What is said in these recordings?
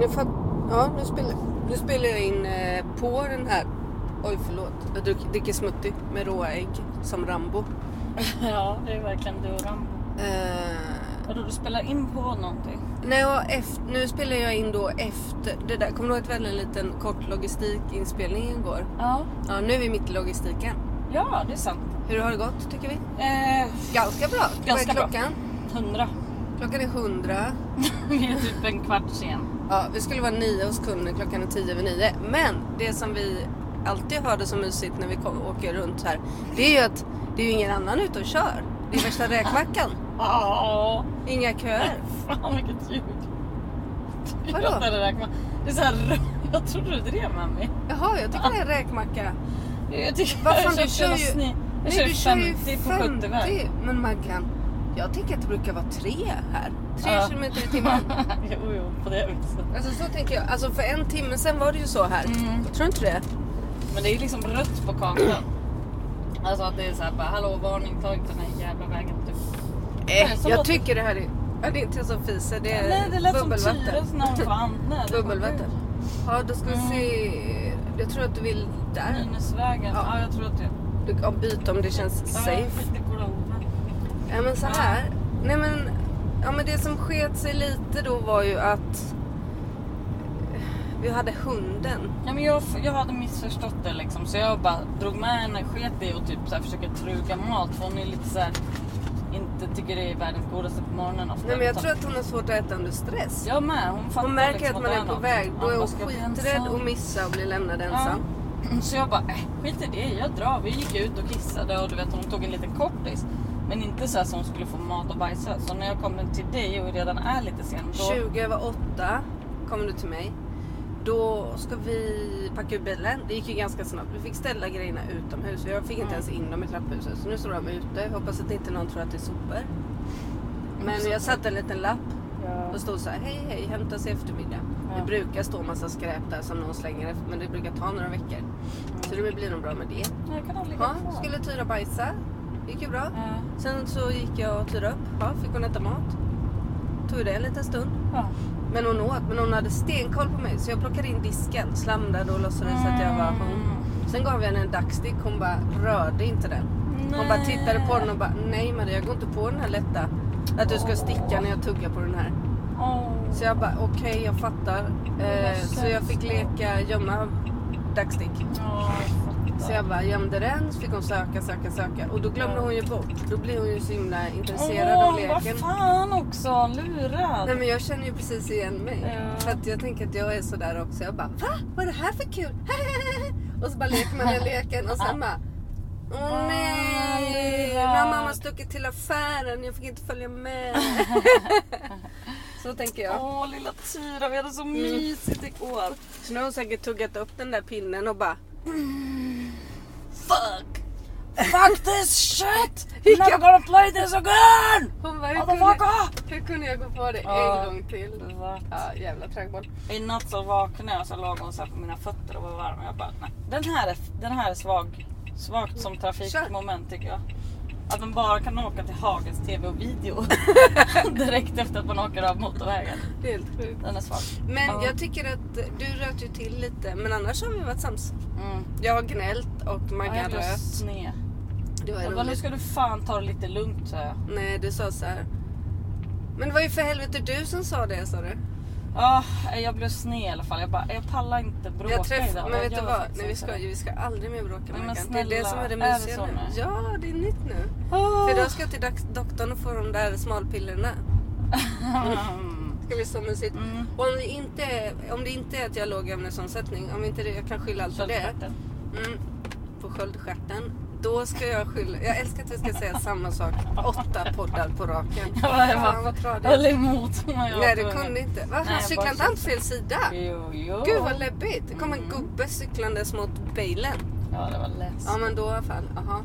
Nu, fatt... ja, nu, spelar... nu spelar jag in eh, på den här. Oj förlåt. Jag drick- dricker smoothie med råa ägg som Rambo. ja, det är verkligen du och Rambo. Eh, Vadå, du spelar in på någonting? nej, och efter... Nu spelar jag in då efter. Det där. Kommer du ihåg att vi hade en liten kort logistikinspelning igår? Ja. Ja, nu är vi mitt i logistiken. Ja, det är sant. Hur har det gått tycker vi? Eh, Ganska bra. Ganska Vad bra. är klockan? 100. Klockan är 100. Vi är typ en kvart sen. Ja, vi skulle vara nio hos kunden, klockan är tio över nio. Men det som vi alltid har det som mysigt när vi kom, åker runt här, det är ju att det är ju ingen annan ute och kör. Det är värsta räkmackan. Ja, Inga köer. fan vilket ljud. Vadå? Jag hade räknat- Det är så här, jag trodde du drev med mig. Jaha, jag tycker det är räkmacka. Jag tycker Vad fan, jag du köpte kör en ju- sni- Jag Nej, du kör ju 50 på 70 väg. 50. Men Maggan, jag tycker att det brukar vara tre här. Tre Ja. kilometer i timmen. jo, jo, på det viset. Alltså så tänker jag. Alltså för en timme sen var det ju så här. Mm. Jag tror inte det. Men det är liksom rött på kartan. Alltså att det är såhär bara, hallå varning, ta inte den här jävla vägen typ. Nej, Eh, så jag låt- tycker det här är... Ja, det är inte jag som fiser, det är Nej, det lät som bubbelvatten. Tyres när hon var andnöd. Det var Bubbelvatten. Ja, då ska vi Mm. se. Jag tror att du vill kul. där. Nynäsvägen. Ja. Ja. jag tror att det. Du kan byta om det känns safe. Ja, det går av. Ja, men så här. Nej, men, ja, men det som sket sig lite då var ju att vi hade hunden. Ja, men jag, jag hade missförstått det liksom så jag bara drog med henne, sket i och typ så här försöker truga mat för hon är lite så här, inte tycker det är världens godaste på morgonen ofta. Nej, men jag utan- tror att hon har svårt att äta under stress. Jag med. Hon fattar Hon märker liksom att man är på något. väg. Då Ja, är hon vad ska jag bli skiträdd ensam? att missa och bli lämnad ensam. Ja. Så jag bara, äh, skit i det, jag drar. Vi gick ut och kissade och du vet hon tog en liten kortis. Men inte så här som hon skulle få mat och bajsa. Så när jag kommer till dig och redan är lite sen då... 20 över 8 kommer du till mig. Då ska vi packa ur bilen. Det gick ju ganska snabbt. Vi fick ställa grejerna utomhus. Jag fick inte ens Mm. in dem i trapphuset. Så nu står de ute. Jag hoppas att inte någon tror att det är sopor. Men jag satte en liten lapp och stod så här. Hej hej, hämtas i eftermiddag. Det Ja. brukar stå massa skräp där som någon slänger efter. Men det brukar ta några veckor. Så det blir nog bra med det. Jag kan aldrig Ja, ligga kvar. Eh, skulle Tyra bajsa. gick ju bra. Ja. Sen så gick jag och Tyra upp. Ja, fick hon äta mat. Tog det en liten stund. Ja. Men hon åt, men hon hade stenkoll på mig så jag plockade in disken, slamrade och låtsades att jag var hon. Mm. Sen gav jag henne en dagsdick, hon bara rörde inte den. Hon bara tittade på den och bara nej Maria jag går inte på den här lätta. Att du ska sticka när jag tuggar på den här. Åh. Så jag bara okej jag fattar. Eh, så jag fick leka gömma dagsdick. Ja, jag fattar. Så jag bara gömde den, så fick hon söka, söka, söka. Och då glömde hon ju bort. Då blir hon ju så himla intresserad Åh, av leken. vad fan också, lurad. Nej men jag känner ju precis igen mig. Ja. För att jag tänker att jag är sådär också. Jag bara va? Vad är det här för kul? och så bara leker man den leken och sen bara Åh Ah, nej! Nu lurad. har mamma stuckit till affären. Jag fick inte följa med. så tänker jag. Åh, lilla Tyra, vi hade Mm. så mysigt igår. Så nu har hon säkert tuggat upp den där pinnen och bara Fuck! Fuck this shit! Vilka- Never gonna play this again! Hon bara, hur, kunde, Motherfucker! hur kunde jag gå på det Ja. en gång till? Ja jävla traggboll. I natt så vaknade jag så låg hon så här på mina fötter och var varm. Jag bara, nej. Den här är, den här är svag. Svagt som trafikmoment tycker jag. Att man bara kan åka till Hagens TV och video direkt efter att man åker av motorvägen. Det är helt sjukt. Den är svag. Men Ja. jag tycker att du röt ju till lite. Men annars har vi varit sams. Mm. Jag har gnällt och Ja, Maggan Jag blev röt. sned. Det var Jag bara, nu roligt. ska du fan ta det lite lugnt sa jag. Nej, du sa så här. Men det var ju för helvete du som sa det, sa du. Ja, Ah, jag blev sned i alla fall. Jag bara, jag pallar inte bråka Jag idag. träffade, men Jag vet du gör vad? faktiskt Nej, vi, inte ska, det. vi ska aldrig mer bråka Nej, med men Maggan. Det är det snälla, som är det är det mysiga så nu. nu? Ja, det är nytt nu. För idag ska jag till dags- doktorn och få de där smalpillerna. Det ska bli så mysigt. Mm. Och om det, inte, är- om det inte är att jag har låg ämnesomsättning, om inte det, jag kan skylla allt på Alltså, det. Köldstjärten. Mm, på sköldstjärten. Då ska jag skylla. Jag älskar att vi ska säga samma sak åtta poddar på raken. Jag bara- jag Fan bara vad tradigt. höll emot när jag Nej var det tvungen. kunde inte. Va? Nej, Han jag cyklade bara inte han på fel sida? Jo, jo. Gud vad läbbigt. Det kom en Mm. gubbe cyklandes mot bilen. Ja, det var läskigt. Ja men då i alla fall. Aha.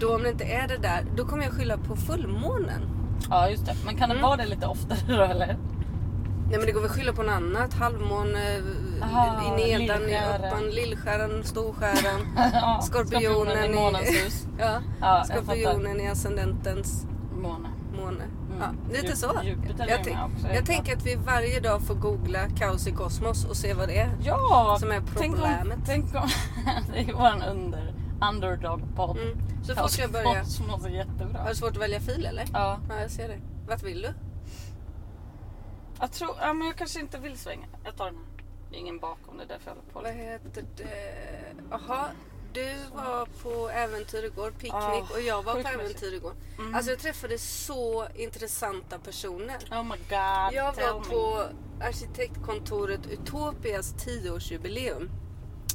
Då om det inte är det där, då kommer jag skylla på fullmånen. Ja, just det. Men kan det Mm. vara det lite oftare då eller? Nej men det går väl att skylla på något annat. Halvmåne, eh, Aha, i nedan, i lillskäran. uppan, lillskäran, storskäran. Ja, Skorpionen i- månens hus. ja. Ja, jag fattar. Skorpionen i ascendentens Månen. måne. Mm. Ja, lite så. Djupet är Jag, ju med tänk- också. jag tänker att vi varje dag får googla kaos i kosmos och se vad det är. Ja! som är tänk problemet. om... Tänk om det är ju våran under, underdog-podd. Mm. Så Kaos fort jag Alltså- börjar. Kosmos är jättebra. Har du svårt att välja fil eller? Ja. Ja, jag ser det. Vart vill du? Jag tror... Ja, men jag kanske inte vill svänga. Jag tar den här. Det är ingen bakom, det är därför jag håller på Vad lite. heter det? Jaha, du var på äventyr igår, picknick Ah, och jag var på sjukt mysigt. äventyr igår. Mm. Alltså jag träffade så intressanta personer. Oh my god, Jag tell var me. på arkitektkontoret Utopias 10-årsjubileum.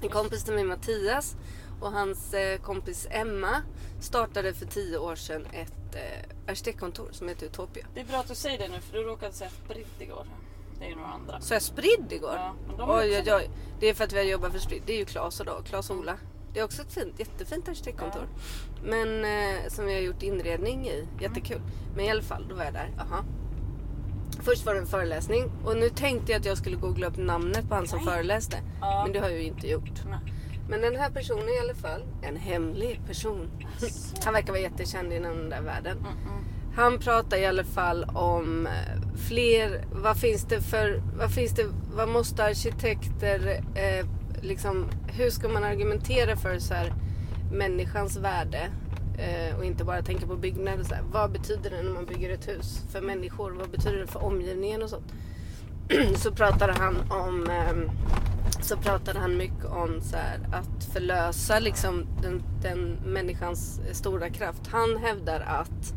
En kompis till mig Mattias och hans eh, kompis Emma startade för 10 år sedan ett eh, arkitektkontor som heter Utopia. Det är bra att du säger det nu för du råkade säga spritt igår. Det är ju några andra. Så jag spridd igår. Ja, men de är oj, också oj, oj. Det är för att vi har jobbat för spridd. Det är ju Claes och då, Claes och Ola. Det är också ett fint, jättefint arkitektkontor. Men eh, som vi har gjort inredning i. Jättekul. Mm. Men i alla fall, då var jag där. Aha. Först var det en föreläsning och nu tänkte jag att jag skulle googla upp namnet på han som Nej. föreläste. Ja. Men det har jag ju inte gjort. Nej. Men den här personen i alla fall, en hemlig person. Han verkar vara jättekänd inom den där världen. Mm, Han pratar i alla fall om eh, fler, vad finns det för, vad finns det, vad måste arkitekter, eh, liksom, hur ska man argumentera för så här, människans värde? Eh, och inte bara tänka på byggnader. Så här. Vad betyder det när man bygger ett hus för människor? Vad betyder det för omgivningen och sånt? så pratade han om ehm, så pratade han mycket om så här, att förlösa liksom den, den människans stora kraft. Han hävdar att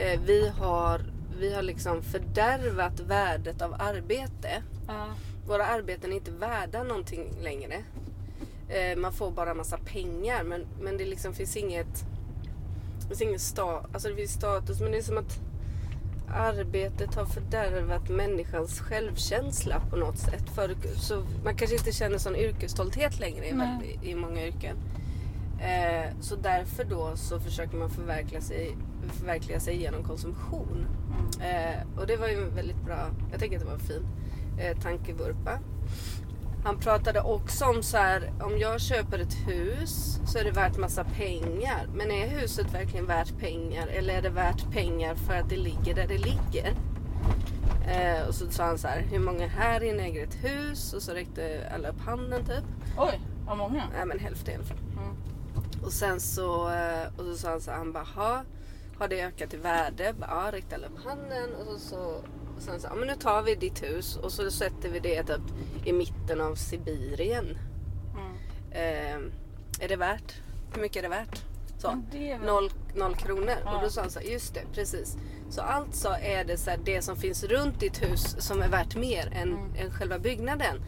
eh, vi har, vi har liksom fördärvat värdet av arbete. Ja. Våra arbeten är inte värda någonting längre. Eh, man får bara massa pengar men, men det liksom finns inget... Det finns ingen sta, alltså det finns status men det är som att arbetet har fördärvat människans självkänsla på något sätt. För, så man kanske inte känner sån yrkesstolthet längre i, Nej. väldigt- i många yrken. Eh, så därför då så försöker man förverkliga sig, förverkliga sig genom konsumtion. Eh, och det var ju en väldigt bra, jag tycker att det var en fin eh, tankevurpa. Han pratade också om så här, om jag köper ett hus så är det värt massa pengar. Men är huset verkligen värt pengar eller är det värt pengar för att det ligger där det ligger? Eh, och så sa han så här, hur många här inne äger ett hus? Och så räckte alla upp handen typ. Oj, vad många. Nej men hälften i alla fall. Mm. Och sen så, eh, och så sa han så här, han bara, "Ha, har det ökat i värde? Bara, Ja, räckte alla upp handen och så, så och sen så, ja men nu tar vi ditt hus och så sätter vi det typ i mitten av Sibirien. Mm. Eh, är det värt? Hur mycket är det värt? Så. Men det är väl- Noll, noll kronor. Ja. Och då sa han så här, just det, precis. Så alltså är det så här, det som finns runt ditt hus som är värt mer än, Mm. än själva byggnaden.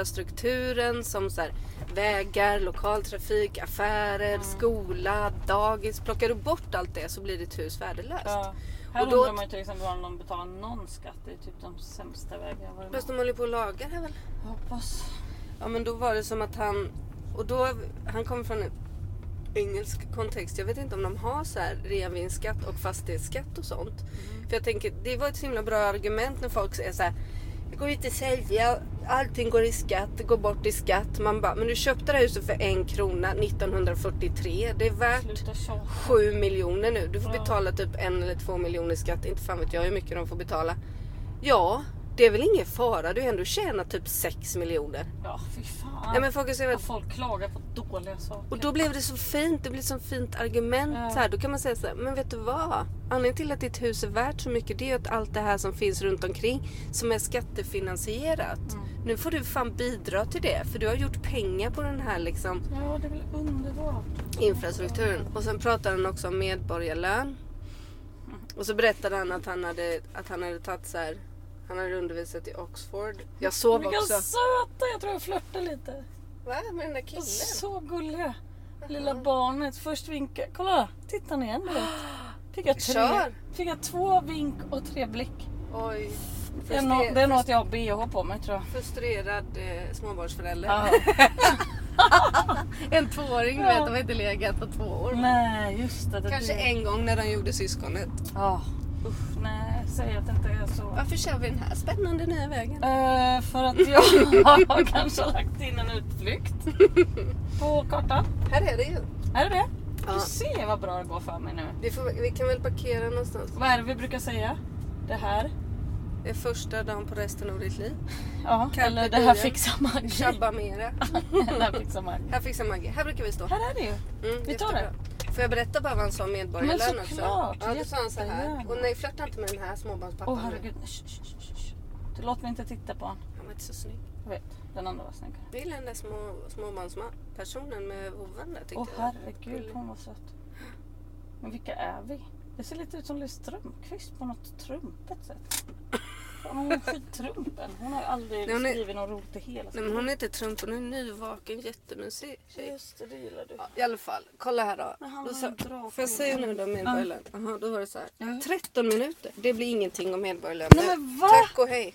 Infrastrukturen som så här, vägar, lokaltrafik, affärer, Mm. skola, dagis. Plockar du bort allt det så blir ditt hus värdelöst. Ja. Här Och då- undrar man ju till exempel om de betalar någon skatt. Det är typ de sämsta vägarna jag varit med Fast om. de håller på och lagar här väl? Hoppas. Ja men då var det som att han... Och då, han kommer från en engelsk kontext. Jag vet inte om de har så här reavinstskatt och fastighetsskatt och sånt. För jag tänker, det var ett så himla bra argument när folk säger så här. Det går ju inte att sälja, allting går i skatt, det går bort i skatt. Man bara, men du köpte det här huset för en krona 1943. Det är värt Sluta tjata. 7 miljoner nu. Du får Ja. betala typ en eller två miljoner i skatt. Inte fan vet jag hur mycket de får betala. Ja, det är väl ingen fara. Du har ändå tjänat typ 6 miljoner. Ja, fy fan. Nej men folk är så jävla Att folk klagar på dåliga saker. och då blev det så fint, det blev ett så fint argument. Ja. Så här, då kan man säga så här, men vet du vad? Anledningen till att ditt hus är värt så mycket det är att allt det här som finns runt omkring som är skattefinansierat. Nu får du fan bidra till det för du har gjort pengar på den här liksom Ja, det är väl underbart. infrastrukturen. Och sen pratade han också om medborgarlön. Mm. Och så berättade han att han hade, att han hade tagit så här, han hade undervisat i Oxford. Oh Jag sov Vilka också. söta! Jag tror jag flörtar lite. Va? Med den där killen? Så gulliga. Lilla barnet. Först vinkar. Kolla! Titta ner nu. Fick jag, tre, Kör. fick jag två vink och tre blick. Oj. Det är, nå- det är något jag har bh på mig tror jag. Frustrerad eh, småbarnsförälder. Ja. En tvååring, du vet, de har inte legat på två år. nej, just det. det Kanske blir- en gång när de gjorde syskonet. Ja. Usch, nej. Säg att det inte är så. Varför kör vi den här spännande nya vägen? Eh, för att jag har kanske lagt in en utflykt på kartan. Här är det ju. Är det det? Ja. Du ser vad bra det går för mig nu. Vi, får, vi kan väl parkera någonstans. Vad är det vi brukar säga? Det här? Det är första dagen på resten av ditt liv. Ja, Carpe eller det här diem. fixar Maggie. Tjabba med det. det här fixar Maggie. Här fixar Maggie. Här brukar vi stå. Här är det ju. Mm, Vi tar jättebra. Får jag berätta bara vad han sa om medborgarlön Men också? såklart, Ja, då sa han så här. jättegärna. Och nej, flörta inte med den här småbarnspappan. Åh herregud. Shh, shh, shh, shh. Du låter mig inte titta på honom. Han var inte så snygg. Jag vet, den andra var snyggare. Jag gillar den där små, småbarnspersonen med hoven där tyckte Åh jag. herregud, hon var söt. Men vilka är vi? Det ser lite ut som Liz Strömquist på något trumpet sätt. Fan, Hon är skittrumpen. Hon har ju aldrig Nej, hon är- skrivit något roligt i hela Nej men hon är inte Trump, hon är nyvaken, jättemysig tjej. Just det, det gillar du. Ja, I alla fall, kolla här då. Men han då har sa, en drag- får jag säga nu då medborgarlön? Jaha, då var det så här. Ja. 13 minuter, det blir ingenting om medborgarlön. Nej, men va? Tack och hej.